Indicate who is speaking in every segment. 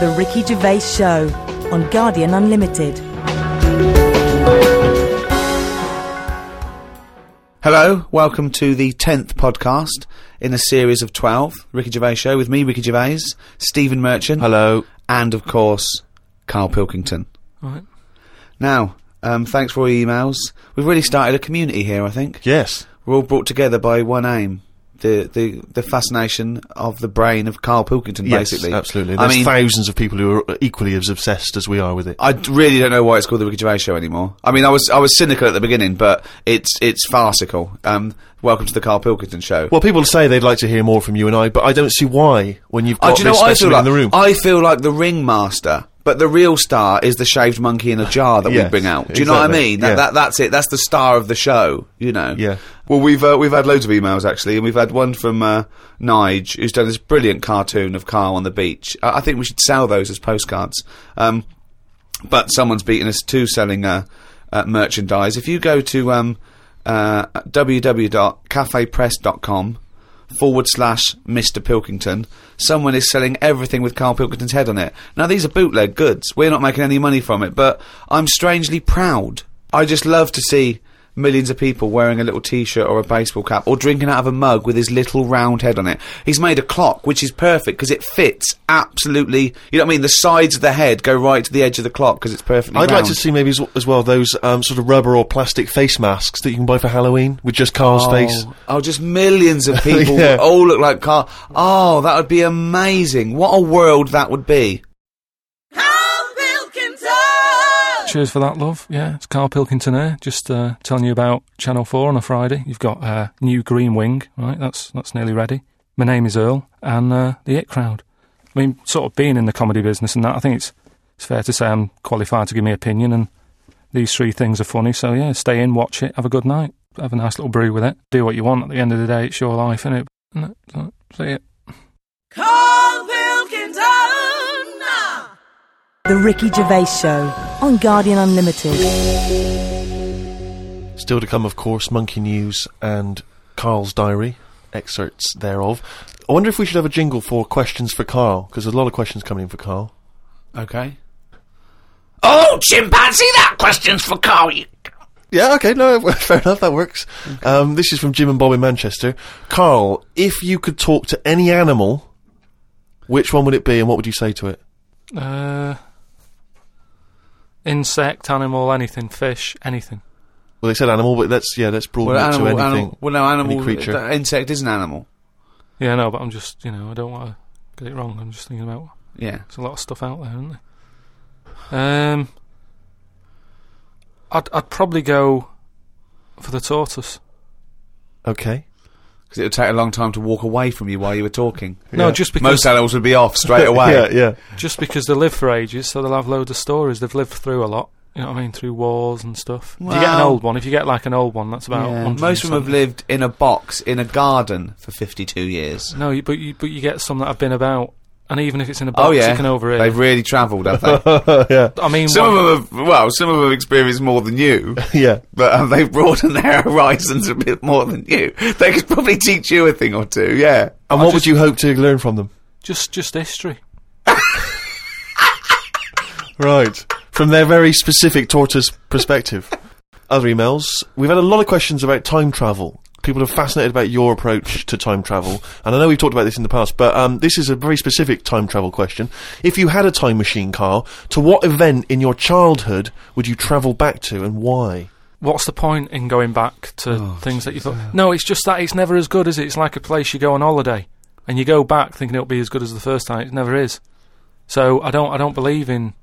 Speaker 1: The Ricky Gervais Show on Guardian Unlimited.
Speaker 2: Hello, welcome to the 10th podcast in a series of 12. Ricky Gervais Show with me, Ricky Gervais, Stephen Merchant.
Speaker 3: Hello.
Speaker 2: And, of course, Carl Pilkington.
Speaker 3: Right.
Speaker 2: Now, um, thanks for all your emails. We've really started a community here, I think.
Speaker 3: Yes.
Speaker 2: We're all brought together by one aim. The, the the fascination of the brain of Carl Pilkington, basically.
Speaker 3: Yes, absolutely.
Speaker 2: I
Speaker 3: There's
Speaker 2: mean,
Speaker 3: thousands of people who are equally as obsessed as we are with it.
Speaker 2: I d- really don't know why it's called the Ricky Gervais Show anymore. I mean, I was I was cynical at the beginning, but it's it's farcical. Um, welcome to the Carl Pilkington Show.
Speaker 3: Well, people say they'd like to hear more from you and I, but I don't see why when you've
Speaker 2: Oh,
Speaker 3: got
Speaker 2: do you know
Speaker 3: this
Speaker 2: what I feel
Speaker 3: specimen
Speaker 2: like?
Speaker 3: in the room.
Speaker 2: I feel like the ringmaster, but the real star is the shaved monkey in a jar that we
Speaker 3: Yes,
Speaker 2: bring out. Do you know what I
Speaker 3: exactly.
Speaker 2: mean? That,
Speaker 3: Yeah.
Speaker 2: that, that's it. That's the star of the show. You know.
Speaker 3: Yeah.
Speaker 2: Well, we've uh, we've had loads of emails actually, and we've had one from uh, Nige, who's done this brilliant cartoon of Carl on the beach. I, I think we should sell those as postcards. Um, but someone's beaten us to selling uh, uh, merchandise. If you go to um, uh, www.cafepress.com forward slash Mr. Pilkington, someone is selling everything with Carl Pilkington's head on it. Now, these are bootleg goods. We're not making any money from it, but I'm strangely proud. I just love to see millions of people wearing a little t-shirt or a baseball cap or drinking out of a mug with his little round head on it. He's made a clock which is perfect because it fits absolutely. You know what I mean? The sides of the head go right to the edge of the clock because it's perfectly.
Speaker 3: I'd like
Speaker 2: round.
Speaker 3: to see maybe as, as well those um, sort of rubber or plastic face masks that you can buy for Halloween with just Carl's face.
Speaker 2: Oh, oh, just millions of people
Speaker 3: Yeah.
Speaker 2: all look like Carl. Oh, that would be amazing. What a world that would be.
Speaker 4: Cheers for that, love. Yeah, it's Carl Pilkington here. Just uh, telling you about Channel Four on a Friday. You've got uh, new Green Wing, right? That's that's nearly ready. My name is Earl, and uh, the It Crowd. I mean, sort of being in the comedy business and that, I think it's it's fair to say I'm qualified to give me opinion. And these three things are funny, so yeah, stay in, watch it, have a good night, have a nice little brew with it, do what you want. At the end of the day, it's your life, isn't it? See it.
Speaker 1: The Ricky Gervais Show on Guardian Unlimited.
Speaker 3: Still to come, of course, Monkey News and Carl's Diary, excerpts thereof. I wonder if we should have a jingle for questions for Carl, because there's a lot of questions coming in for Carl.
Speaker 2: Okay.
Speaker 5: Oh, chimpanzee, that question's for Carl. You-
Speaker 3: Yeah, okay, no, fair enough, that works. Um, this is from Jim and Bob in Manchester. Carl, if you could talk to any animal, which one would it be and what would you say to it?
Speaker 4: Uh, insect, animal, anything, fish, anything.
Speaker 3: Well, they said animal, but let's, yeah, let's broaden
Speaker 2: Well,
Speaker 3: it
Speaker 2: animal,
Speaker 3: to anything.
Speaker 2: animal, well, no, animal.
Speaker 3: any creature.
Speaker 2: the insect is an animal.
Speaker 4: Yeah, no, but I'm just, you know, I don't want to get it wrong. I'm just thinking about
Speaker 2: Yeah.
Speaker 4: there's a lot of stuff out there, isn't there? Um, I'd I'd probably go for the tortoise.
Speaker 3: okay.
Speaker 2: Because it would take a long time to walk away from you while you were talking.
Speaker 4: No,
Speaker 3: Yeah.
Speaker 4: just
Speaker 2: Most
Speaker 4: because
Speaker 2: animals would be off straight away.
Speaker 3: Yeah, yeah.
Speaker 4: just because they live for ages, so they'll have loads of stories. They've lived through a lot. You know what I mean? Through wars and stuff. If you get an
Speaker 2: Well-
Speaker 4: old one, if you get like an old one, that's about
Speaker 2: Yeah.
Speaker 4: 100
Speaker 2: Most of them have
Speaker 4: something.
Speaker 2: lived in a box in a garden for 52 years.
Speaker 4: No, you- but you but you get some that have been about, and even if it's in a box,
Speaker 2: Oh yeah,
Speaker 4: you can overhear.
Speaker 2: They've really travelled, have they?
Speaker 3: yeah,
Speaker 4: I mean,
Speaker 2: some
Speaker 4: one-
Speaker 2: of them have. Well, some of them have experienced more than you,
Speaker 3: yeah.
Speaker 2: but um, they've broadened their horizons a bit more than you. They could probably teach you a thing or two. Yeah.
Speaker 3: And what would you hope to learn from them?
Speaker 4: just just history.
Speaker 3: Right. From their very specific tortoise perspective. Other emails. We've had a lot of questions about time travel. People are fascinated about your approach to time travel. And I know we've talked about this in the past, but um, this is a very specific time travel question. If you had a time machine, Carl, to what event in your childhood would you travel back to and why?
Speaker 4: what's the point in going back to
Speaker 2: Oh,
Speaker 4: things that you thought? No, it's just that it's never as good, is it? It's like a place you go on holiday and you go back thinking it'll be as good as the first time. It never is. So I don't, I don't believe in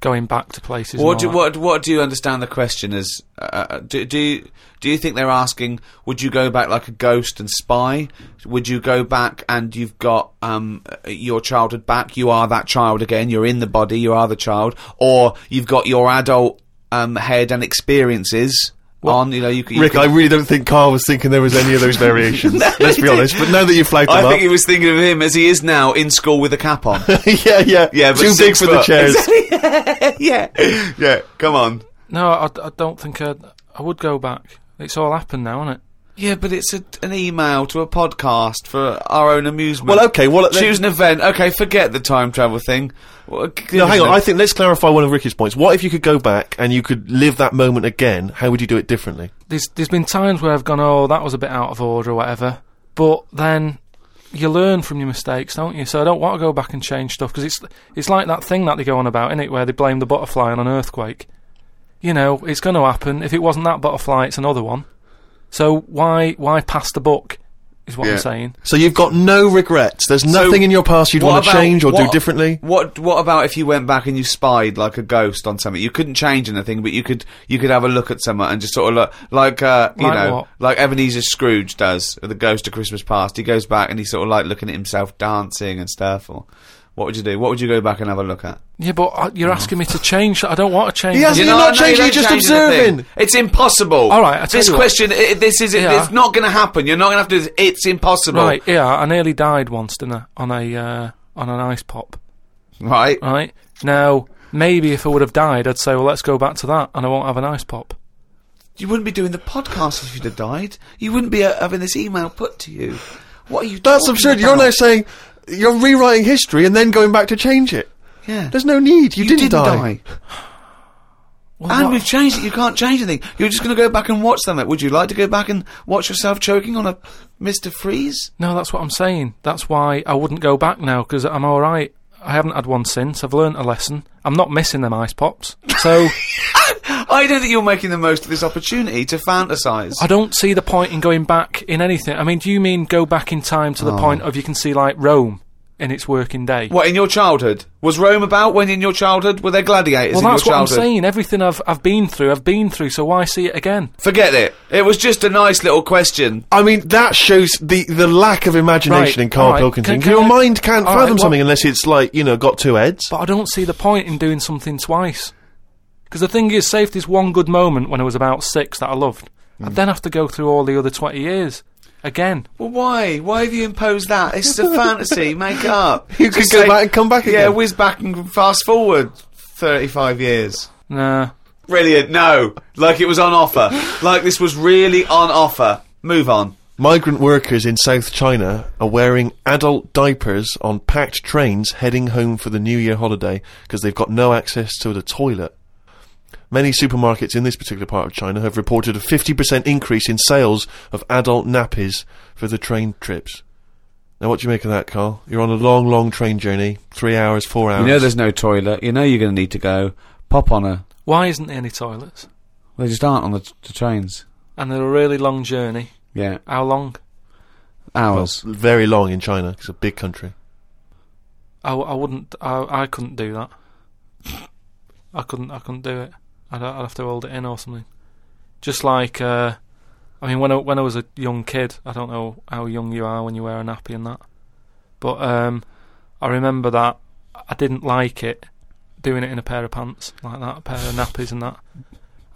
Speaker 4: going back to places. and
Speaker 2: What do,
Speaker 4: all that.
Speaker 2: what, what do you understand the question as? Uh, do, do, you, do you think they're asking, would you go back like a ghost and spy? Would you go back and you've got um, uh, your childhood back? You are that child again. You're in the body. You are the child. Or you've got your adult um, head and experiences on. You know, you, c- you
Speaker 3: Rick,
Speaker 2: can-
Speaker 3: I really don't think Carl was thinking there was any of those variations. let's be honest. But now that you've flagged them
Speaker 2: I
Speaker 3: up,
Speaker 2: think he was thinking of him as he is now in school with a cap on.
Speaker 3: yeah, yeah,
Speaker 2: Yeah, but
Speaker 3: too big
Speaker 2: six
Speaker 3: for the
Speaker 2: foot.
Speaker 3: chairs.
Speaker 2: yeah, yeah. Come on.
Speaker 4: No, I, I don't think I'd, I would go back. It's all happened now, isn't it?
Speaker 2: Yeah, but it's a, an email to a podcast for our own amusement.
Speaker 3: Well, okay, well, then-
Speaker 2: choose an event. Okay, forget the time travel thing. Well,
Speaker 3: No, hang on. I think let's clarify one of Ricky's points. What if you could go back and you could live that moment again? How would you do it differently?
Speaker 4: there's there's been times where I've gone, oh, that was a bit out of order or whatever. But then you learn from your mistakes, don't you? So I don't want to go back and change stuff because it's it's like that thing that they go on about, innit, where they blame the butterfly on an earthquake. You know, it's going to happen. If it wasn't that butterfly, it's another one. So why why pass the buck? Is what
Speaker 2: Yeah.
Speaker 4: I'm saying.
Speaker 3: So you've got no regrets. There's
Speaker 2: So,
Speaker 3: nothing in your past you'd
Speaker 2: what
Speaker 3: want to
Speaker 2: about-
Speaker 3: change or do
Speaker 2: what-
Speaker 3: differently.
Speaker 2: What What about if you went back and you spied like a ghost on something? You couldn't change anything, but you could you could have a look at someone and just sort of look like uh, you
Speaker 4: Like
Speaker 2: know
Speaker 4: what?
Speaker 2: like Ebenezer Scrooge does, the Ghost of Christmas Past. He goes back and he's sort of like looking at himself dancing and stuff. Or what would you do? What would you go back and have a look at?
Speaker 4: Yeah, but uh, you're asking me to change. I don't want to change.
Speaker 3: He has-
Speaker 4: it.
Speaker 3: You're
Speaker 2: know-
Speaker 3: not
Speaker 2: no,
Speaker 3: changing,
Speaker 2: don't
Speaker 3: you're just
Speaker 2: change anything.
Speaker 3: observing.
Speaker 2: It's impossible.
Speaker 4: All right, I tell
Speaker 2: this
Speaker 4: you what.
Speaker 2: question, i this is
Speaker 4: Yeah.
Speaker 2: it's not going to happen. You're not going to have to. do this. It's impossible.
Speaker 4: Right? Yeah, I nearly died once, didn't I? On a uh, on an ice pop.
Speaker 2: right.
Speaker 4: right? Now, maybe if I would have died, I'd say, well, let's go back to that, and I won't have an ice pop.
Speaker 2: You wouldn't be doing the podcast if you'd have died. You wouldn't be uh, having this email put to you. What are you?
Speaker 3: That's
Speaker 2: talking
Speaker 3: absurd. You're
Speaker 2: about?
Speaker 3: now saying you're rewriting history and then going back to change it.
Speaker 2: Yeah.
Speaker 3: There's no need. You,
Speaker 2: You
Speaker 3: didn't, die.
Speaker 4: Well,
Speaker 2: And
Speaker 4: what-
Speaker 2: we've changed it. You can't change anything. You're just going to go back and watch them. Would you like to go back and watch yourself choking on a Mr. Freeze?
Speaker 4: no, that's what I'm saying. That's why I wouldn't go back now because I'm all right. I haven't had one since. I've learnt a lesson. I'm not missing them ice pops. So
Speaker 2: I don't think you're making the most of this opportunity to fantasize.
Speaker 4: I don't see the point in going back in anything. I mean, do you mean go back in time to the point of you can see like Rome in its working day?
Speaker 2: What in your childhood was Rome about? When in your childhood were there gladiators
Speaker 4: well,
Speaker 2: in
Speaker 4: that's
Speaker 2: your
Speaker 4: what I'm
Speaker 2: childhood?
Speaker 4: saying. Everything I've I've been through, I've been through. So why see it again?
Speaker 2: Forget it. It was just a nice little question.
Speaker 3: I mean, that shows the, the lack of imagination
Speaker 4: Right,
Speaker 3: in Carl
Speaker 4: all right.
Speaker 3: Pilkington.
Speaker 4: Can- can
Speaker 3: your
Speaker 4: I-
Speaker 3: mind can't
Speaker 4: all right,
Speaker 3: fathom
Speaker 4: well-
Speaker 3: something unless it's like, you know, got two heads.
Speaker 4: But I don't see the point in doing something twice. Because the thing is, say if there's one good moment when I was about six that I loved, I'd then have to go through all the other 20 years again.
Speaker 2: Well, why? Why have you imposed that? It's a fantasy. Make up.
Speaker 3: You could go back and come back
Speaker 2: yeah,
Speaker 3: again.
Speaker 2: whiz back and fast forward thirty-five years.
Speaker 4: Nah.
Speaker 2: Brilliant. No, like it was on offer. Like this was really on offer. Move on.
Speaker 3: Migrant workers in South China are wearing adult diapers on packed trains heading home for the New Year holiday because they've got no access to the toilet. Many supermarkets in this particular part of China have reported a 50% increase in sales of adult nappies for the train trips. Now, what do you make of that, Carl? You're on a long, long train journey, three hours, four hours.
Speaker 2: You know, there's no toilet. You know, you're going to need to go. Pop on a.
Speaker 4: Why isn't there any toilets?
Speaker 2: They just aren't on the, t- the trains.
Speaker 4: And they're a really long journey.
Speaker 2: Yeah,
Speaker 4: How long?
Speaker 3: Well,
Speaker 2: hours.
Speaker 3: very long in China. It's a big country.
Speaker 4: I, w- I wouldn't, I, I couldn't do that. I couldn't, I couldn't do it. I'd, I'd have to hold it in or something. Just like, uh, I mean, when I, when I was a young kid, I don't know how young you are when you wear a nappy and that, but um, I remember that I didn't like it doing it in a pair of pants like that, a pair of nappies and that.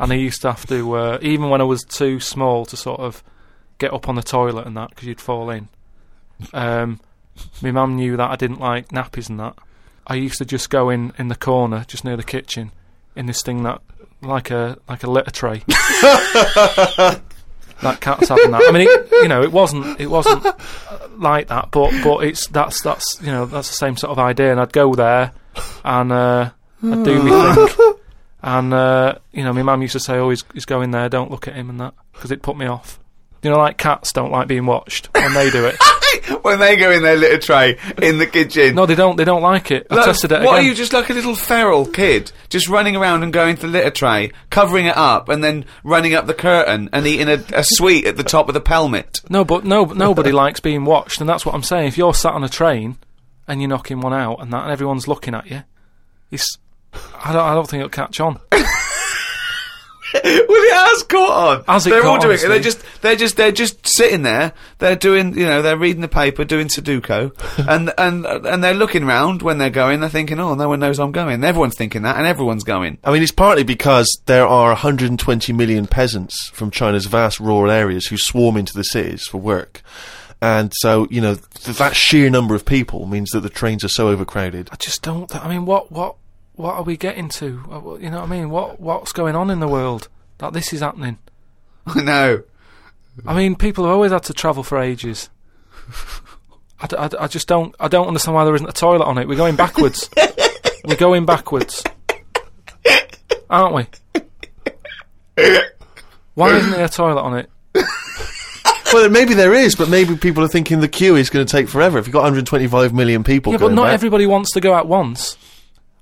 Speaker 4: And I used to have to, uh, even when I was too small to sort of get up on the toilet and that, because you'd fall in. Um, my mum knew that I didn't like nappies and that. I used to just go in in the corner, just near the kitchen, in this thing that like a like a litter tray. that cat's having that. I mean, it, you know, it wasn't it wasn't uh, like that, but but it's that's that's you know that's the same sort of idea. And I'd go there, and uh, I'd do my thing. And uh, you know, my mum used to say, "Oh, he's, he's going there. Don't look at him and that," because it put me off. You know, like cats don't like being watched when they do it.
Speaker 2: when they go in their little tray in the kitchen.
Speaker 4: No, they don't. They don't like it. I
Speaker 2: Look,
Speaker 4: tested it
Speaker 2: what
Speaker 4: again.
Speaker 2: are you just like a little feral kid, just running around and going to the litter tray, covering it up, and then running up the curtain and eating a, a sweet at the top of the pelmet?
Speaker 4: no, but no, nobody likes being watched, and that's what I'm saying. If you're sat on a train and you're knocking one out and that, and everyone's looking at you, it's. I don't. I don't think it'll catch on.
Speaker 2: well, it has caught on.
Speaker 4: Has it
Speaker 2: they're
Speaker 4: caught
Speaker 2: all
Speaker 4: on,
Speaker 2: doing it. They're
Speaker 4: Steve?
Speaker 2: just, they're just, they're just sitting there. They're doing, you know, they're reading the paper, doing Sudoku, and and and they're looking round when they're going. They're thinking, oh, no one knows I'm going. Everyone's thinking that, and everyone's going.
Speaker 3: I mean, it's partly because there are 120 million peasants from China's vast rural areas who swarm into the cities for work. And so, you know, th- that sheer number of people means that the trains are so overcrowded.
Speaker 4: I just don't. I mean, what, what, what are we getting to? Uh, wh- You know what I mean? What, what's going on in the world that this is happening?
Speaker 2: I know.
Speaker 4: I mean, people have always had to travel for ages. I, d- I d- I just don't. I don't understand why there isn't a toilet on it. We're going backwards. We're going backwards, aren't we? Why isn't there a toilet on it?
Speaker 3: well, maybe there is, but maybe people are thinking the queue is going to take forever. If you've got 125 million people,
Speaker 4: Yeah,
Speaker 3: going
Speaker 4: but not
Speaker 3: back.
Speaker 4: everybody wants to go at once.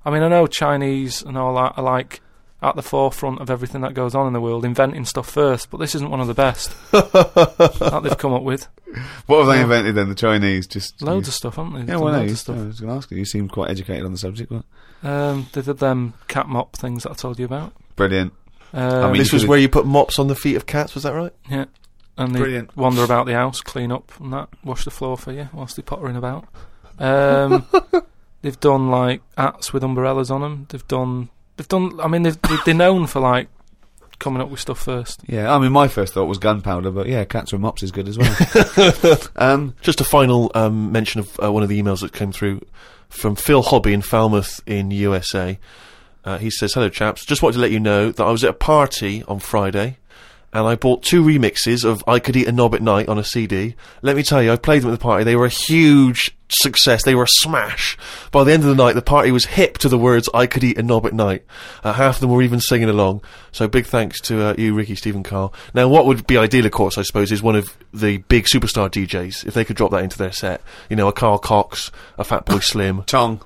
Speaker 4: I mean, I know Chinese and all that are like at the forefront of everything that goes on in the world, inventing stuff first. But this isn't one of the best that they've come up with.
Speaker 2: What have they invented then? The Chinese just
Speaker 4: Loads of stuff, haven't they?
Speaker 2: Yeah, well, no,
Speaker 4: loads
Speaker 2: you-
Speaker 4: of stuff.
Speaker 2: I was going to ask you. You seem quite educated on the subject. What?
Speaker 4: Um, they did them cat mop things that I told you about.
Speaker 2: Brilliant.
Speaker 4: Um,
Speaker 2: I mean-
Speaker 3: This was where you put mops on the feet of cats. Was that right?
Speaker 4: yeah, and they
Speaker 2: Brilliant.
Speaker 4: wander about the house, clean up and that, wash the floor for you whilst they're pottering about. Um, they've done like hats with umbrellas on them. They've done, they've done. I mean, they've, they- they're known for like coming up with stuff first.
Speaker 2: Yeah, I mean, my first thought was gunpowder, but yeah, cats with mops is good as well. um,
Speaker 3: Just a final um, mention of uh, one of the emails that came through from Phil Hobby in Falmouth in USA. Uh, he says, "Hello, chaps. Just wanted to let you know that I was at a party on Friday." And I bought two remixes of I Could Eat a Knob at Night on a CD. Let me tell you, I played them at the party. They were a huge success. They were a smash. By the end of the night, the party was hip to the words I Could Eat a Knob at Night. Uh, half of them were even singing along. So big thanks to uh, you, Ricky, Stephen, Carl. Now, what would be ideal, of course, I suppose, is one of the big superstar DJs, if they could drop that into their set. You know, a Carl Cox, a Fat Boy Slim,
Speaker 2: Tong,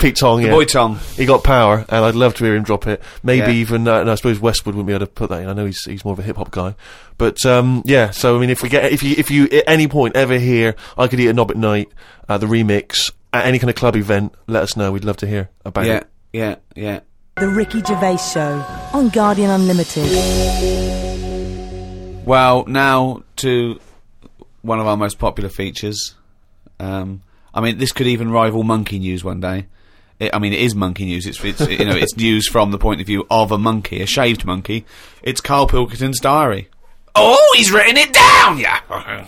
Speaker 3: Pete Tong,
Speaker 2: the
Speaker 3: yeah.
Speaker 2: boy Tong.
Speaker 3: He got power, and I'd love to hear him drop it. Maybe
Speaker 2: Yeah.
Speaker 3: even, uh, and I suppose Westwood wouldn't be able to put that in. I know he's he's more of a hip hop guy, but um, yeah. So I mean, if we get if you if you at any point ever hear I could eat a knob at night, uh, the remix at any kind of club event, let us know. We'd love to hear about
Speaker 2: Yeah,
Speaker 3: it.
Speaker 2: yeah, yeah.
Speaker 1: The Ricky Gervais Show on Guardian Unlimited.
Speaker 2: Well, now to one of our most popular features. Um, I mean, this could even rival Monkey News one day. It, I mean, it is Monkey News. It's, it's you know, it's news from the point of view of a monkey, a shaved monkey. It's Carl Pilkington's diary.
Speaker 5: Oh, he's written it down, yeah.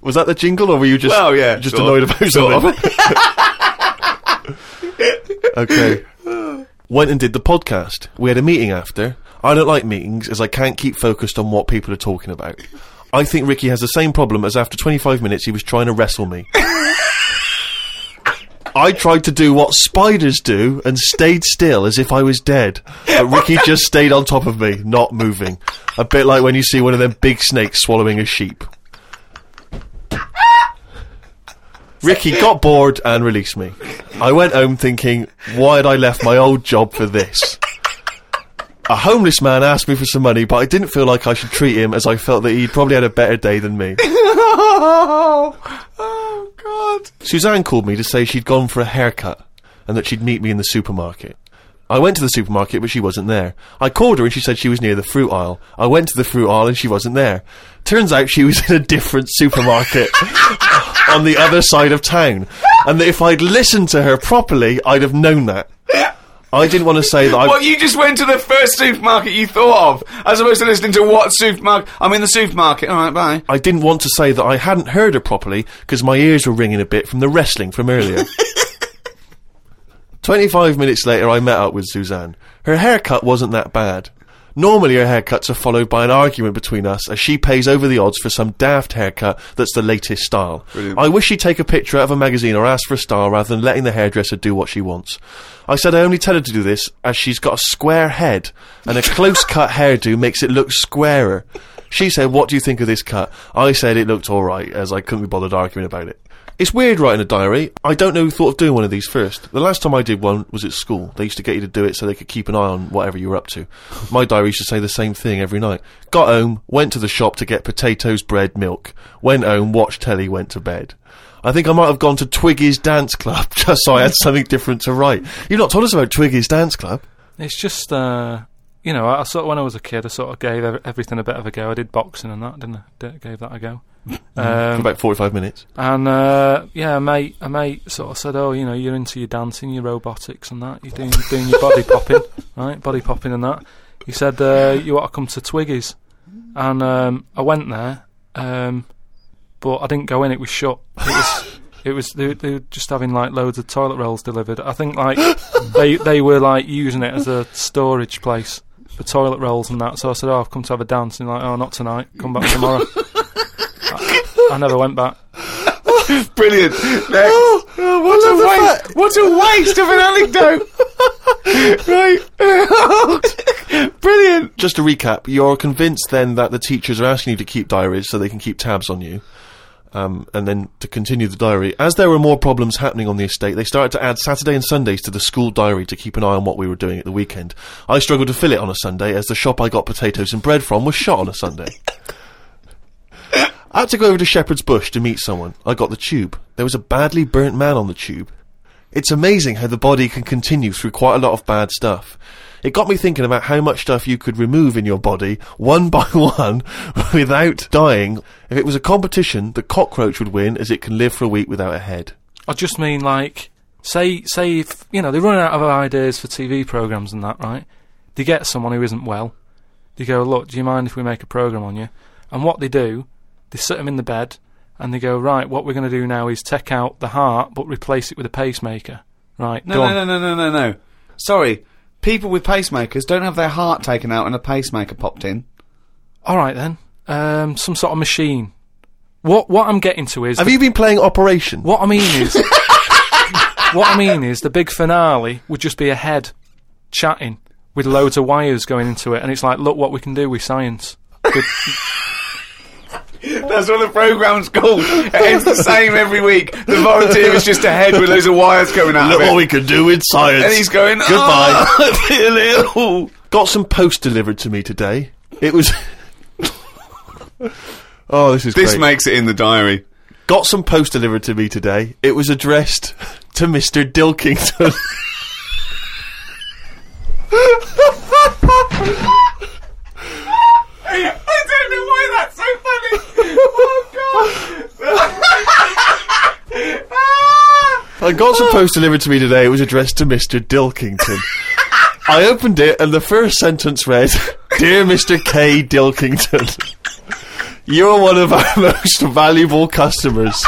Speaker 3: Was that the jingle, or were you just
Speaker 2: Well, Oh, yeah,
Speaker 3: just
Speaker 2: sort
Speaker 3: annoyed
Speaker 2: of.
Speaker 3: about
Speaker 2: Sort of.
Speaker 3: something? okay. Went and did the podcast. We had a meeting after. I don't like meetings as I can't keep focused on what people are talking about. I think Ricky has the same problem as after 25 minutes he was trying to wrestle me. I tried to do what spiders do and stayed still as if I was dead. But Ricky just stayed on top of me, not moving. A bit like when you see one of them big snakes swallowing a sheep. Ricky got bored and released me. I went home thinking, why had I left my old job for this? A homeless man asked me for some money, but I didn't feel like I should treat him as I felt that he'd probably had a better day than me.
Speaker 2: oh, oh God!
Speaker 3: Suzanne called me to say she'd gone for a haircut and that she'd meet me in the supermarket. I went to the supermarket, but she wasn't there. I called her and she said she was near the fruit aisle. I went to the fruit aisle and she wasn't there. Turns out she was in a different supermarket on the other side of town. And that if I'd listened to her properly, I'd have known that. I didn't want to say that I.
Speaker 2: Well, you just went to the first supermarket you thought of, as opposed to listening to what supermarket. I'm in the supermarket. All right, bye.
Speaker 3: I didn't want to say that I hadn't heard her properly because my ears were ringing a bit from the wrestling from earlier. 25 minutes later, I met up with Suzanne. Her haircut wasn't that bad. Normally, her haircuts are followed by an argument between us as she pays over the odds for some daft haircut that's the latest style. I wish she'd take a picture out of a magazine or ask for a style rather than letting the hairdresser do what she wants. I said I only tell her to do this as she's got a square head and a close cut hairdo makes it look squarer. She said, What do you think of this cut? I said it looked alright, as I couldn't be bothered arguing about it. It's weird writing a diary. I don't know who thought of doing one of these first. The last time I did one was at school. They used to get you to do it so they could keep an eye on whatever you were up to. My diary used to say the same thing every night. Got home, went to the shop to get potatoes, bread, milk. Went home, watched telly, went to bed. I think I might have gone to Twiggy's Dance Club just so I had something different to write. You've not told us about Twiggy's Dance Club.
Speaker 4: It's just, uh, you know, I, I sort of, when I was a kid, I sort of gave ev- everything a bit of a go. I did boxing and that, didn't I? D- gave that a go.
Speaker 3: For
Speaker 4: Um,
Speaker 3: about 45 minutes.
Speaker 4: and uh, yeah, a mate, a mate sort of said, "Oh, you know, you're into your dancing, your robotics, and that. You're doing, doing your body popping, right? Body popping and that." He said, uh, "You ought to come to Twiggy's," and um, I went there, um, but I didn't go in. It was shut. It was. It was they, they were just having like loads of toilet rolls delivered. I think like they they were like using it as a storage place for toilet rolls and that. So I said, "Oh, I've come to have a dance," and they're like, "Oh, not tonight. Come back tomorrow." I never went back.
Speaker 2: Brilliant. Next.
Speaker 3: Oh, what a
Speaker 2: Wait, what a waste of an anecdote! right. Brilliant.
Speaker 3: Just to recap, you're convinced then that the teachers are asking you to keep diaries so they can keep tabs on you. Um, and then to continue the diary, as there were more problems happening on the estate, they started to add Saturday and Sundays to the school diary to keep an eye on what we were doing at the weekend. I struggled to fill it on a Sunday as the shop I got potatoes and bread from was shut on a Sunday. I had to go over to Shepherd's Bush to meet someone. I got the tube. There was a badly burnt man on the tube. It's amazing how the body can continue through quite a lot of bad stuff. It got me thinking about how much stuff you could remove in your body, one by one, without dying. If it was a competition, the cockroach would win as it can live for a week without a head.
Speaker 4: I just mean like, say, say if you know they're running out of ideas for TV programs and that, right? They get someone who isn't well. They go, look, do you mind if we make a program on you? And what they do, they sit them in the bed and they go, right, what we're going to do now is take out the heart but replace it with a pacemaker. Right,
Speaker 2: No,
Speaker 4: go
Speaker 2: no,
Speaker 4: on.
Speaker 2: no, no, no, no, no. Sorry. People with pacemakers don't have their heart taken out and a pacemaker popped in.
Speaker 4: All right then, um, some sort of machine. What what I'm getting to is
Speaker 3: Have you been playing Operation?
Speaker 4: What I mean is, what I mean is, the big finale would just be a head chatting with loads of wires going into it, and it's like, look what we can do with science. With-
Speaker 2: That's what the programme's called. It's the same every week. The volunteer is just a head with loads of wires coming out of it.
Speaker 3: we can do with science.
Speaker 2: and he's going,
Speaker 3: Goodbye.
Speaker 2: "Oh, I feel ill."
Speaker 3: Got some post delivered to me today. It was. oh, this is
Speaker 2: This
Speaker 3: great.
Speaker 2: makes it in the diary.
Speaker 3: Got some post delivered to me today. It was addressed to Mr. Dilkington.
Speaker 2: I don't know why that's so funny. Oh, God.
Speaker 3: I got some post delivered to me today. It was addressed to Mr. Dilkington. I opened it and the first sentence read, "Dear Mr. K. Dilkington, you are one of our most valuable customers."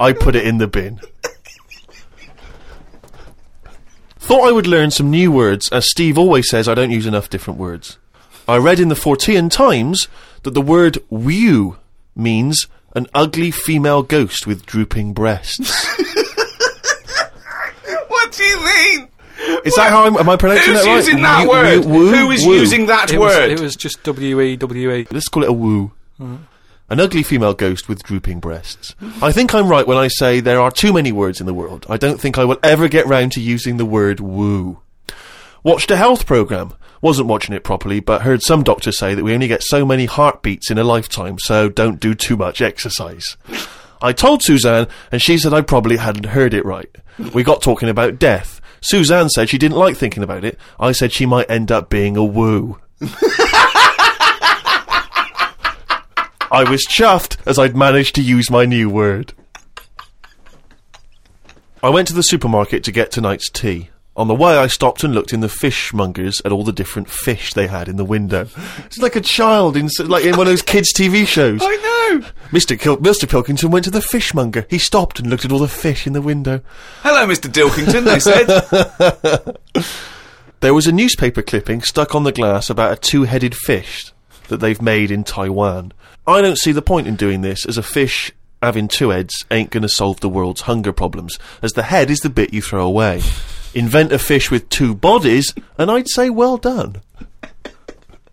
Speaker 3: I put it in the bin. Thought I would learn some new words, as Steve always says I don't use enough different words. I read in the Fortean Times that the word "wew" means an ugly female ghost with drooping breasts.
Speaker 2: What do you mean?
Speaker 3: Is that how I'm, am I pronouncing
Speaker 2: Who's
Speaker 3: that right?
Speaker 2: using that
Speaker 3: Woo-
Speaker 2: word?
Speaker 3: woo- woo-
Speaker 2: Who is
Speaker 3: woo.
Speaker 2: using that
Speaker 4: it, was,
Speaker 2: word?
Speaker 4: it was just W E W E.
Speaker 3: Let's call it a woo. An ugly female ghost with drooping breasts. I think I'm right when I say there are too many words in the world. I don't think I will ever get round to using the word woo. Watched a health program. Wasn't watching it properly, but heard some doctors say that we only get so many heartbeats in a lifetime, so don't do too much exercise. I told Suzanne, and she said I probably hadn't heard it right. We got talking about death. Suzanne said she didn't like thinking about it. I said she might end up being a woo. I was chuffed as I'd managed to use my new word. I went to the supermarket to get tonight's tea. On the way, I stopped and looked in the fishmongers at all the different fish they had in the window. It's like a child in s- like in one of those kids' TV shows.
Speaker 2: I know.
Speaker 3: Mr. Kil- Mr. Pilkington went to the fishmonger. He stopped and looked at all the fish in the window.
Speaker 2: Hello, Mr. Dilkington. They said.
Speaker 3: There was a newspaper clipping stuck on the glass about a two headed fish that they've made in Taiwan. I don't see the point in doing this, as a fish having two heads ain't going to solve the world's hunger problems, as the head is the bit you throw away. Invent a fish with two bodies, and I'd say well done.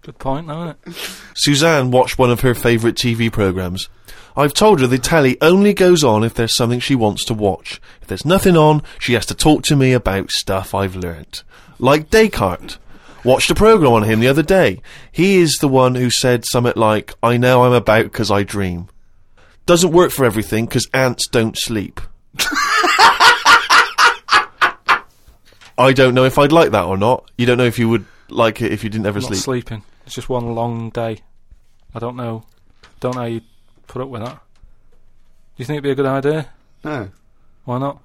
Speaker 4: Good point, though, isn't it?
Speaker 3: Suzanne watched one of her favourite TV programmes. I've told her the telly only goes on if there's something she wants to watch. If there's nothing on, she has to talk to me about stuff I've learnt. Like Descartes. Watched a programme on him the other day. He is the one who said something like, I know I'm about 'cause I dream. Doesn't work for everything 'cause ants don't sleep. I don't know if I'd like that or not. You don't know if you would like it if you didn't ever
Speaker 4: Not
Speaker 3: sleep.
Speaker 4: sleeping. It's just one long day. I don't know. Don't know how you put up with that. Do you think it'd be a good idea?
Speaker 2: No.
Speaker 4: Why not?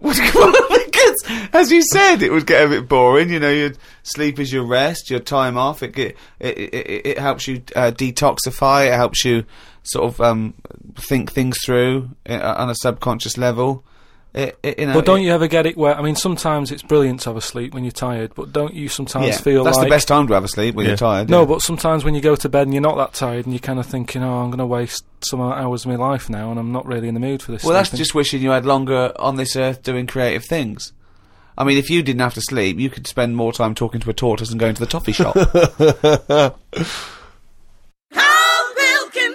Speaker 2: because, as you said, it would get a bit boring. You know, your sleep is your rest, your time off. It get, it, it, it- it helps you uh, detoxify. It helps you sort of um, think things through uh, on a subconscious level. It, it, you know,
Speaker 4: But don't
Speaker 2: it-
Speaker 4: you ever get it where I mean, sometimes it's brilliant to have a sleep when you're tired, but don't you sometimes
Speaker 2: yeah,
Speaker 4: feel
Speaker 2: that's
Speaker 4: like
Speaker 2: the best time to have a sleep when
Speaker 3: Yeah.
Speaker 2: you're tired.
Speaker 4: No,
Speaker 2: yeah.
Speaker 4: but sometimes when you go to bed and you're not that tired and you're kind of thinking, oh, I'm going to waste some hours of my life now and I'm not really in the mood for this.
Speaker 2: Well, that's
Speaker 4: sleeping."
Speaker 2: just wishing you had longer on this earth doing creative things. I mean, if you didn't have to sleep, you could spend more time talking to a tortoise and going to the toffee shop.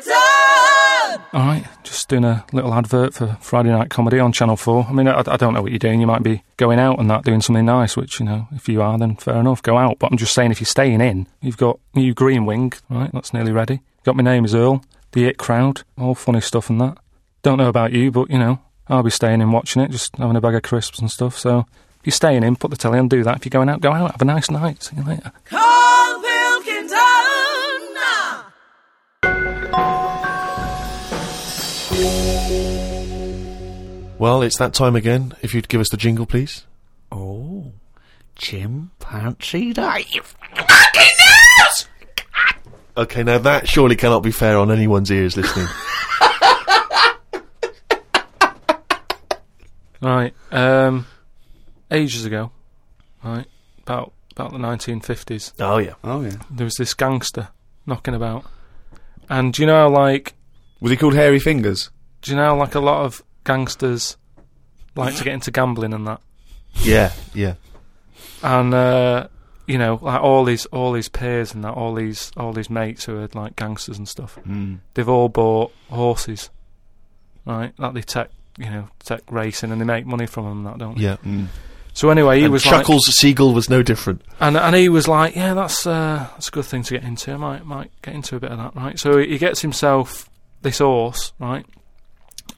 Speaker 4: All right, just doing a little advert for Friday Night Comedy on Channel 4. I mean, I, I don't know what you're doing. You might be going out and that, doing something nice, which, you know, if you are, then fair enough, go out. But I'm just saying, if you're staying in, you've got New Green Wing, right, that's nearly ready. Got My Name is Earl, The It Crowd, all funny stuff and that. Don't know about you, but, you know, I'll be staying in watching it, just having a bag of crisps and stuff. So if you're staying in, put the telly on, do that. If you're going out, go out. Have a nice night. See you later.
Speaker 3: Well, it's that time again. If you'd give us the jingle, please.
Speaker 2: oh, chimpanzee dive.
Speaker 3: Okay, now that surely cannot be fair on anyone's ears listening.
Speaker 4: Right. Um, ages ago, right, about about the 1950s,
Speaker 3: oh yeah.
Speaker 2: Oh, yeah.
Speaker 4: there was this gangster knocking about, and do you know, how, like,
Speaker 2: Was he called Hairy Fingers?
Speaker 4: do you know, how, like a lot of gangsters like to get into gambling and that,
Speaker 3: Yeah, yeah.
Speaker 4: and uh, you know, like all these all these peers and that, all these all these mates who are like gangsters and stuff,
Speaker 2: Mm.
Speaker 4: they've all bought horses, right? Like they take you know take racing and they make money from them, and that don't. they?
Speaker 3: Yeah.
Speaker 2: Mm.
Speaker 4: So anyway, he
Speaker 3: and
Speaker 4: was like,
Speaker 3: Chuckles Siegel was no different.
Speaker 4: And and he was like, yeah, that's uh, that's a good thing to get into. I might might get into a bit of that, right? So he gets himself this horse, right?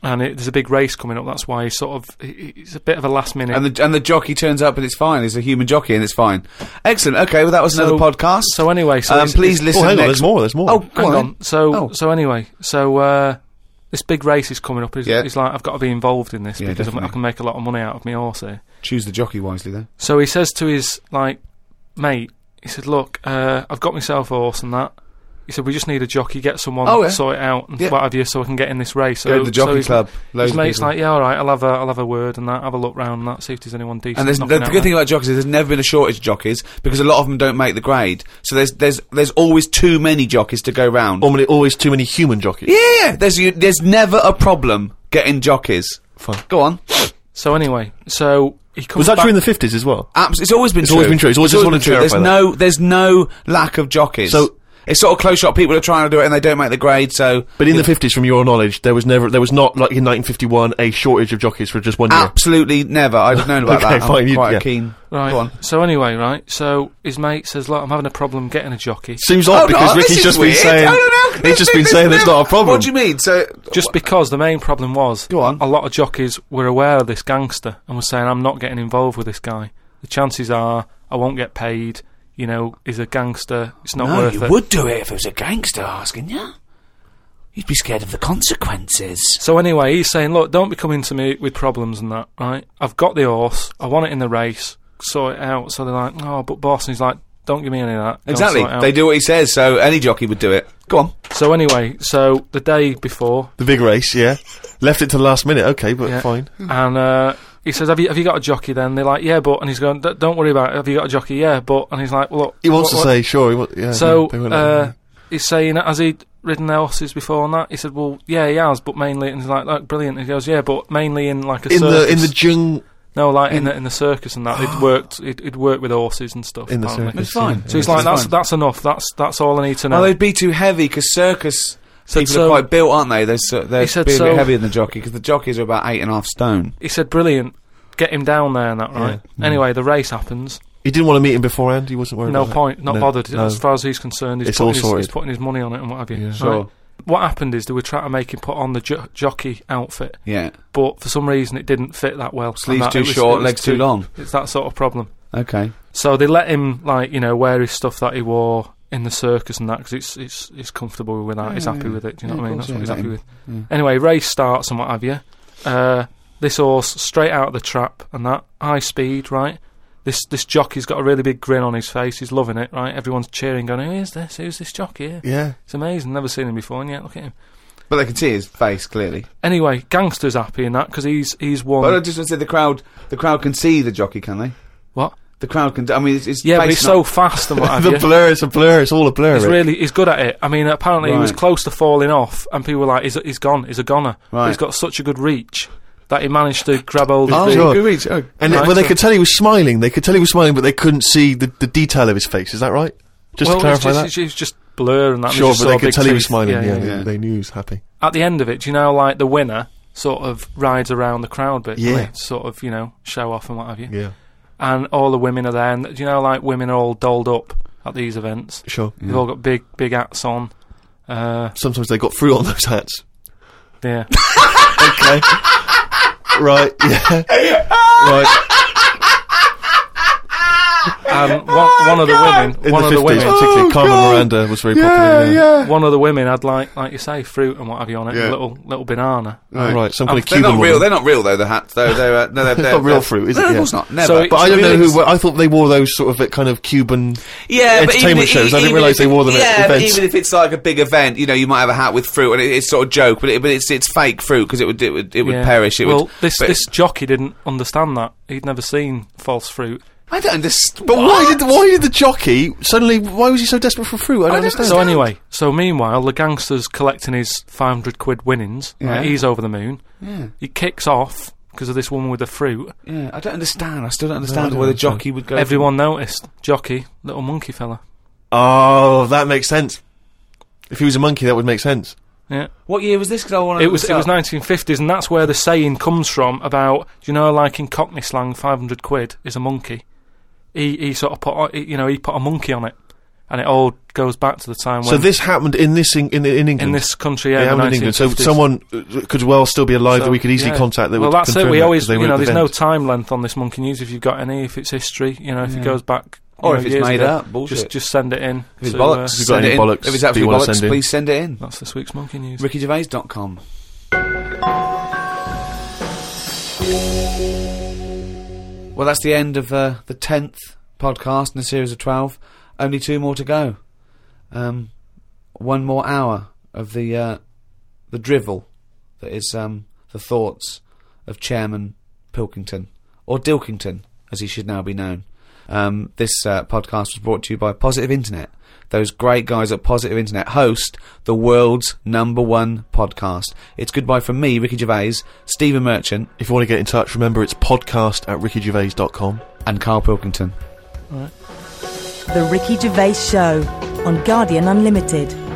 Speaker 4: And it, there's a big race coming up. That's why he's sort of he- he's a bit of a last minute.
Speaker 2: And the and the jockey turns up and it's fine. He's a human jockey and it's fine. Excellent. Okay, well that was
Speaker 4: So-
Speaker 2: another podcast.
Speaker 4: so anyway, so
Speaker 2: um,
Speaker 4: it's-
Speaker 2: please
Speaker 4: it's-
Speaker 2: listen.
Speaker 3: oh, hang on,
Speaker 2: next-
Speaker 3: there's more, there's more.
Speaker 2: Oh, go
Speaker 4: hang
Speaker 2: on.
Speaker 4: on. So
Speaker 2: Oh.
Speaker 4: so anyway, so uh, this big race is coming up. He's,
Speaker 2: Yeah.
Speaker 4: he's like, I've got to be involved in this
Speaker 2: Yeah,
Speaker 4: because I'm- I
Speaker 2: definitely.
Speaker 4: can make a lot of money out of my horse here.
Speaker 2: Choose the jockey wisely, though.
Speaker 4: So he says to his like mate, he said, "Look, uh, I've got myself a horse and that." He said, "We just need a jockey, get someone
Speaker 2: Oh, yeah.
Speaker 4: sort it out and
Speaker 2: Yeah.
Speaker 4: what have you, so I can get in this race." So,
Speaker 2: Go to the
Speaker 4: so
Speaker 2: jockey
Speaker 4: his-
Speaker 2: club. Loads
Speaker 4: His
Speaker 2: of
Speaker 4: mate's
Speaker 2: people.
Speaker 4: like, "Yeah, all right, I'll have a I'll have a word and that, have a look round and that, see if there's anyone decent."
Speaker 2: And there's, the,
Speaker 4: knocking
Speaker 2: the
Speaker 4: out
Speaker 2: good thing
Speaker 4: there."
Speaker 2: about jockeys is there's never been a shortage of jockeys because a lot of them don't make the grade. So there's there's there's always too many jockeys to go round.
Speaker 3: Normally, always too many human jockeys.
Speaker 2: Yeah, there's you- there's never a problem getting jockeys.
Speaker 3: Fine.
Speaker 2: Go on.
Speaker 4: so anyway, so he comes
Speaker 3: Was that
Speaker 4: back-
Speaker 3: true in the 50s as well?
Speaker 2: Abs- it's always been
Speaker 3: It's
Speaker 2: true.
Speaker 3: always been true. It's always- just wanted to
Speaker 2: There's
Speaker 3: clarify
Speaker 2: no there's no lack of jockeys.
Speaker 3: So-
Speaker 2: it's sort of close shot. People are trying to do it and they don't make the grade. So
Speaker 3: But in the 50s, from your knowledge, there was never, there was not, like in 1951, a shortage of jockeys for just one year.
Speaker 2: absolutely never. I've known about
Speaker 3: Okay,
Speaker 2: that. I'm
Speaker 3: fine, you-
Speaker 2: quite
Speaker 3: yeah.
Speaker 2: keen.
Speaker 4: Right.
Speaker 2: Go on.
Speaker 4: So anyway, right. So his mate says, "Look, I'm having a problem getting a jockey."
Speaker 3: Seems odd
Speaker 2: Oh,
Speaker 3: because
Speaker 2: no, this
Speaker 3: Ricky's
Speaker 2: is
Speaker 3: just
Speaker 2: weird.
Speaker 3: been saying,
Speaker 2: I don't know.
Speaker 3: he's just been
Speaker 2: This
Speaker 3: saying there's
Speaker 2: never-
Speaker 3: not a problem.
Speaker 2: What do you mean? So
Speaker 4: Just because the main problem was
Speaker 2: Go on.
Speaker 4: a lot of jockeys were aware of this gangster and were saying, I'm not getting involved with this guy. The chances are I won't get paid. You know, he's a gangster. It's not
Speaker 5: No,
Speaker 4: worth
Speaker 5: you
Speaker 4: it.
Speaker 5: would do it if it was a gangster asking you. You'd be scared of the consequences.
Speaker 4: So anyway, he's saying, look, don't be coming to me with problems and that, right? I've got the horse. I want it in the race. Sort it out. So they're like, oh, but boss. And he's like, don't give me any of that. Go and
Speaker 2: exactly,
Speaker 4: sort it out."
Speaker 2: they do what he says. So any jockey would do it. Go on.
Speaker 4: So anyway, so the day before,
Speaker 3: The big race, yeah. Left it to the last minute, okay, but
Speaker 4: Yeah.
Speaker 3: fine.
Speaker 4: and uh, he says, have you, have you got a jockey then? They're like, yeah, but. And he's going, "D- don't worry about it. Have you got a jockey? Yeah, but. And he's like, well, look.
Speaker 3: He wants
Speaker 4: what- what-
Speaker 3: to say, sure, he wa- yeah.
Speaker 4: So
Speaker 3: Uh-huh, they won't let
Speaker 4: uh,
Speaker 3: him.
Speaker 4: he's saying, has he ridden their horses before and that? He said, well, yeah, he has, but mainly. And he's like, like brilliant. He goes, yeah, but mainly in like a
Speaker 3: in
Speaker 4: circus.
Speaker 3: the, in the jung,
Speaker 4: no, like in, the in the circus and that. He'd worked. He'd, he'd worked with horses and stuff.
Speaker 3: in the
Speaker 4: apparently.
Speaker 3: circus.
Speaker 2: It's fine.
Speaker 4: So he's
Speaker 2: Yeah,
Speaker 4: like,
Speaker 2: it's
Speaker 4: that's
Speaker 2: fine.
Speaker 4: that's enough. That's that's all I need to know.
Speaker 2: Well, they'd be too heavy because circus
Speaker 4: So-
Speaker 2: people
Speaker 4: so-
Speaker 2: are quite built, aren't they? They're, so, they're
Speaker 4: He said
Speaker 2: being a
Speaker 4: so.
Speaker 2: bit heavier than the jockey because the jockeys are about eight and a half stone.
Speaker 4: he said, brilliant. Get him down there and that, right? Anyway, the race happens.
Speaker 3: He didn't want to meet him beforehand, he wasn't worried
Speaker 4: No
Speaker 3: about that.
Speaker 4: point. Not
Speaker 3: No,
Speaker 4: bothered.
Speaker 3: no.
Speaker 4: As far as he's concerned, he's,
Speaker 3: It's all
Speaker 4: putting his,
Speaker 3: sorted.
Speaker 4: he's putting his money on it and what have you.
Speaker 3: Yeah.
Speaker 4: right?
Speaker 2: Sure.
Speaker 4: What happened is they were trying to make him put on the jo- jockey outfit.
Speaker 2: Yeah.
Speaker 4: but for some reason it didn't fit that well.
Speaker 2: Sleeves
Speaker 4: And that-
Speaker 2: too
Speaker 4: it was-
Speaker 2: short,
Speaker 4: it was
Speaker 2: legs too long.
Speaker 4: It's that sort of problem.
Speaker 2: Okay.
Speaker 4: So they let him like you know wear his stuff that he wore in the circus and that because it's it's it's comfortable with that. he's happy with it. Do you know
Speaker 2: Yeah,
Speaker 4: what I mean?
Speaker 2: of
Speaker 4: That's what he's
Speaker 2: course,
Speaker 4: happy
Speaker 2: yeah,
Speaker 4: with.
Speaker 2: let him.
Speaker 4: Anyway, race starts and what have you. Uh, this horse straight out of the trap and that high speed right. This this jockey's got a really big grin on his face. He's loving it, right? Everyone's cheering, going, "Who is this? Who's this jockey?" Here?
Speaker 3: Yeah.
Speaker 4: It's amazing. Never seen him before, and yet look at him.
Speaker 2: But they can see his face clearly.
Speaker 4: Anyway, Gangster's happy in that because he's he's won.
Speaker 2: But I just want to say the crowd, the crowd can see the jockey, can they?
Speaker 4: what?
Speaker 2: The crowd can. I mean, it's, it's
Speaker 4: Yeah, but
Speaker 2: face
Speaker 4: he's so
Speaker 2: not-
Speaker 4: fast and what have
Speaker 3: the
Speaker 4: you.
Speaker 3: blur, it's a blur, it's all a blur.
Speaker 4: He's
Speaker 3: Rick.
Speaker 4: really he's good at it. I mean, apparently he was
Speaker 2: Right.
Speaker 4: close to falling off, and people were like, "He's he's gone, he's a goner." But
Speaker 2: Right.
Speaker 4: He's got such a good reach that he managed to grab hold of
Speaker 3: Oh,
Speaker 4: the.
Speaker 3: sure.
Speaker 2: good reach. Oh,
Speaker 3: And
Speaker 4: Right.
Speaker 3: well, they could tell he was smiling. They could tell he was smiling, but they couldn't see the, the detail of his face. Is that right? Just
Speaker 4: well,
Speaker 3: to clarify
Speaker 4: it's just,
Speaker 3: that.
Speaker 4: It's, it's just blur and that. and
Speaker 3: sure,
Speaker 4: just
Speaker 3: but
Speaker 4: saw
Speaker 3: they
Speaker 4: a
Speaker 3: could
Speaker 4: big
Speaker 3: tell he was
Speaker 4: tooth.
Speaker 3: smiling. Yeah,
Speaker 2: yeah.
Speaker 3: they- they knew he was happy.
Speaker 4: At the end of it, do you know, like the winner sort of rides around the crowd bit, doesn't
Speaker 3: Yeah.
Speaker 4: he? sort of, you know, show off and what have you.
Speaker 3: Yeah,
Speaker 4: And all the women are there, and do you know, like women are all dolled up at these events.
Speaker 3: sure.
Speaker 4: They've all got big, big hats on. Uh,
Speaker 3: Sometimes they got fruit on those hats.
Speaker 4: yeah.
Speaker 3: Okay. right. Yeah. right.
Speaker 4: and Um, one,
Speaker 2: Oh,
Speaker 4: one of the women,
Speaker 3: In
Speaker 4: one
Speaker 3: the
Speaker 4: of the
Speaker 3: fifties,
Speaker 4: women, uh,
Speaker 3: particularly, Carmen Miranda was very
Speaker 2: Oh,
Speaker 3: popular.
Speaker 4: one of the women had like, like you say, fruit and what have you on it,
Speaker 2: Yeah.
Speaker 4: a little little banana.
Speaker 3: Right. Some kind of
Speaker 2: They're
Speaker 3: Cuban
Speaker 2: not real.
Speaker 3: woman.
Speaker 2: They're not real though. The hats. Though they're uh, no, they're, they're
Speaker 3: not real
Speaker 2: they're-
Speaker 3: fruit, is
Speaker 2: no, no,
Speaker 3: it?
Speaker 2: of
Speaker 3: Yeah.
Speaker 2: course not. Never.
Speaker 4: So it-
Speaker 3: But I don't know
Speaker 4: Really?
Speaker 3: who. well, I thought they wore those sort of uh, kind of Cuban.
Speaker 2: yeah, but
Speaker 3: entertainment
Speaker 2: even-
Speaker 3: shows. I didn't
Speaker 2: even
Speaker 3: realise
Speaker 2: if-
Speaker 3: they wore them at
Speaker 2: yeah, but
Speaker 3: events.
Speaker 2: even if it's like a big event, you know, you might have a hat with fruit, and it, it's sort of joke, but, it, but it's it's fake fruit because it would it would it would
Speaker 4: Yeah.
Speaker 2: perish. It
Speaker 4: well,
Speaker 2: would,
Speaker 4: this
Speaker 2: but-
Speaker 4: this jockey didn't understand that. He'd never seen false fruit.
Speaker 2: I don't understand.
Speaker 3: But why did why did the jockey suddenly? Why was he so desperate for fruit? I don't
Speaker 2: don't
Speaker 3: understand.
Speaker 4: So anyway, so meanwhile, the gangster's collecting his 500 quid winnings. right?
Speaker 2: Yeah.
Speaker 4: He's over the moon.
Speaker 2: Yeah,
Speaker 4: He kicks off because of this woman with the fruit.
Speaker 2: yeah, I don't understand. I still don't understand
Speaker 3: don't
Speaker 2: why the
Speaker 3: understand.
Speaker 2: jockey would go.
Speaker 4: Everyone noticed. Jockey, little monkey fella.
Speaker 3: Oh, that makes sense. If he was a monkey, that would make sense.
Speaker 4: Yeah.
Speaker 2: What year was this? Because I want to.
Speaker 4: It was it was 1950s, and that's where the saying comes from about you know, like in Cockney slang, 500 quid is a monkey. He he sort of put a- he- you know he put a monkey on it, and it all goes back to the time when
Speaker 3: so this happened in this in in, in England.
Speaker 4: in this country,
Speaker 3: It
Speaker 4: yeah,
Speaker 3: happened
Speaker 4: the
Speaker 3: in England. So
Speaker 4: 1950s.
Speaker 3: someone uh, could well still be alive that we could easily
Speaker 4: yeah.
Speaker 3: contact. That
Speaker 4: well,
Speaker 3: would
Speaker 4: that's it.
Speaker 3: confirm
Speaker 4: We
Speaker 3: that,
Speaker 4: always,
Speaker 3: 'cause they
Speaker 4: you
Speaker 3: were
Speaker 4: know,
Speaker 3: at the
Speaker 4: there's no
Speaker 3: event.
Speaker 4: time length on this monkey news. If you've got any, if it's history, you know, if it goes back, you
Speaker 2: Or
Speaker 4: know,
Speaker 2: if it's
Speaker 4: years
Speaker 2: made
Speaker 4: ago,
Speaker 2: up, bullshit.
Speaker 4: just just send it in.
Speaker 2: If it's
Speaker 4: to,
Speaker 2: bollocks, send
Speaker 3: you've got any
Speaker 2: it in.
Speaker 3: bollocks
Speaker 2: if it's
Speaker 3: that
Speaker 2: actually
Speaker 3: you wanna
Speaker 2: bollocks,
Speaker 3: send in.
Speaker 2: please send it in.
Speaker 4: uh, that's this week's monkey news.
Speaker 2: RickyGervais.com. Well, that's the end of uh, the tenth podcast in a series of twelve. Only two more to go. Um, one more hour of the uh, the drivel that is um, the thoughts of Chairman Pilkington or Dilkington, as he should now be known. Um, this uh, podcast was brought to you by Positive Internet. Those great guys at Positive Internet host the world's number one podcast. It's goodbye from me, Ricky Gervais, Stephen Merchant,
Speaker 3: If you want to get in touch, remember it's podcast at rickygervais.com.
Speaker 2: and Carl Pilkington.
Speaker 1: The Ricky Gervais Show on Guardian Unlimited.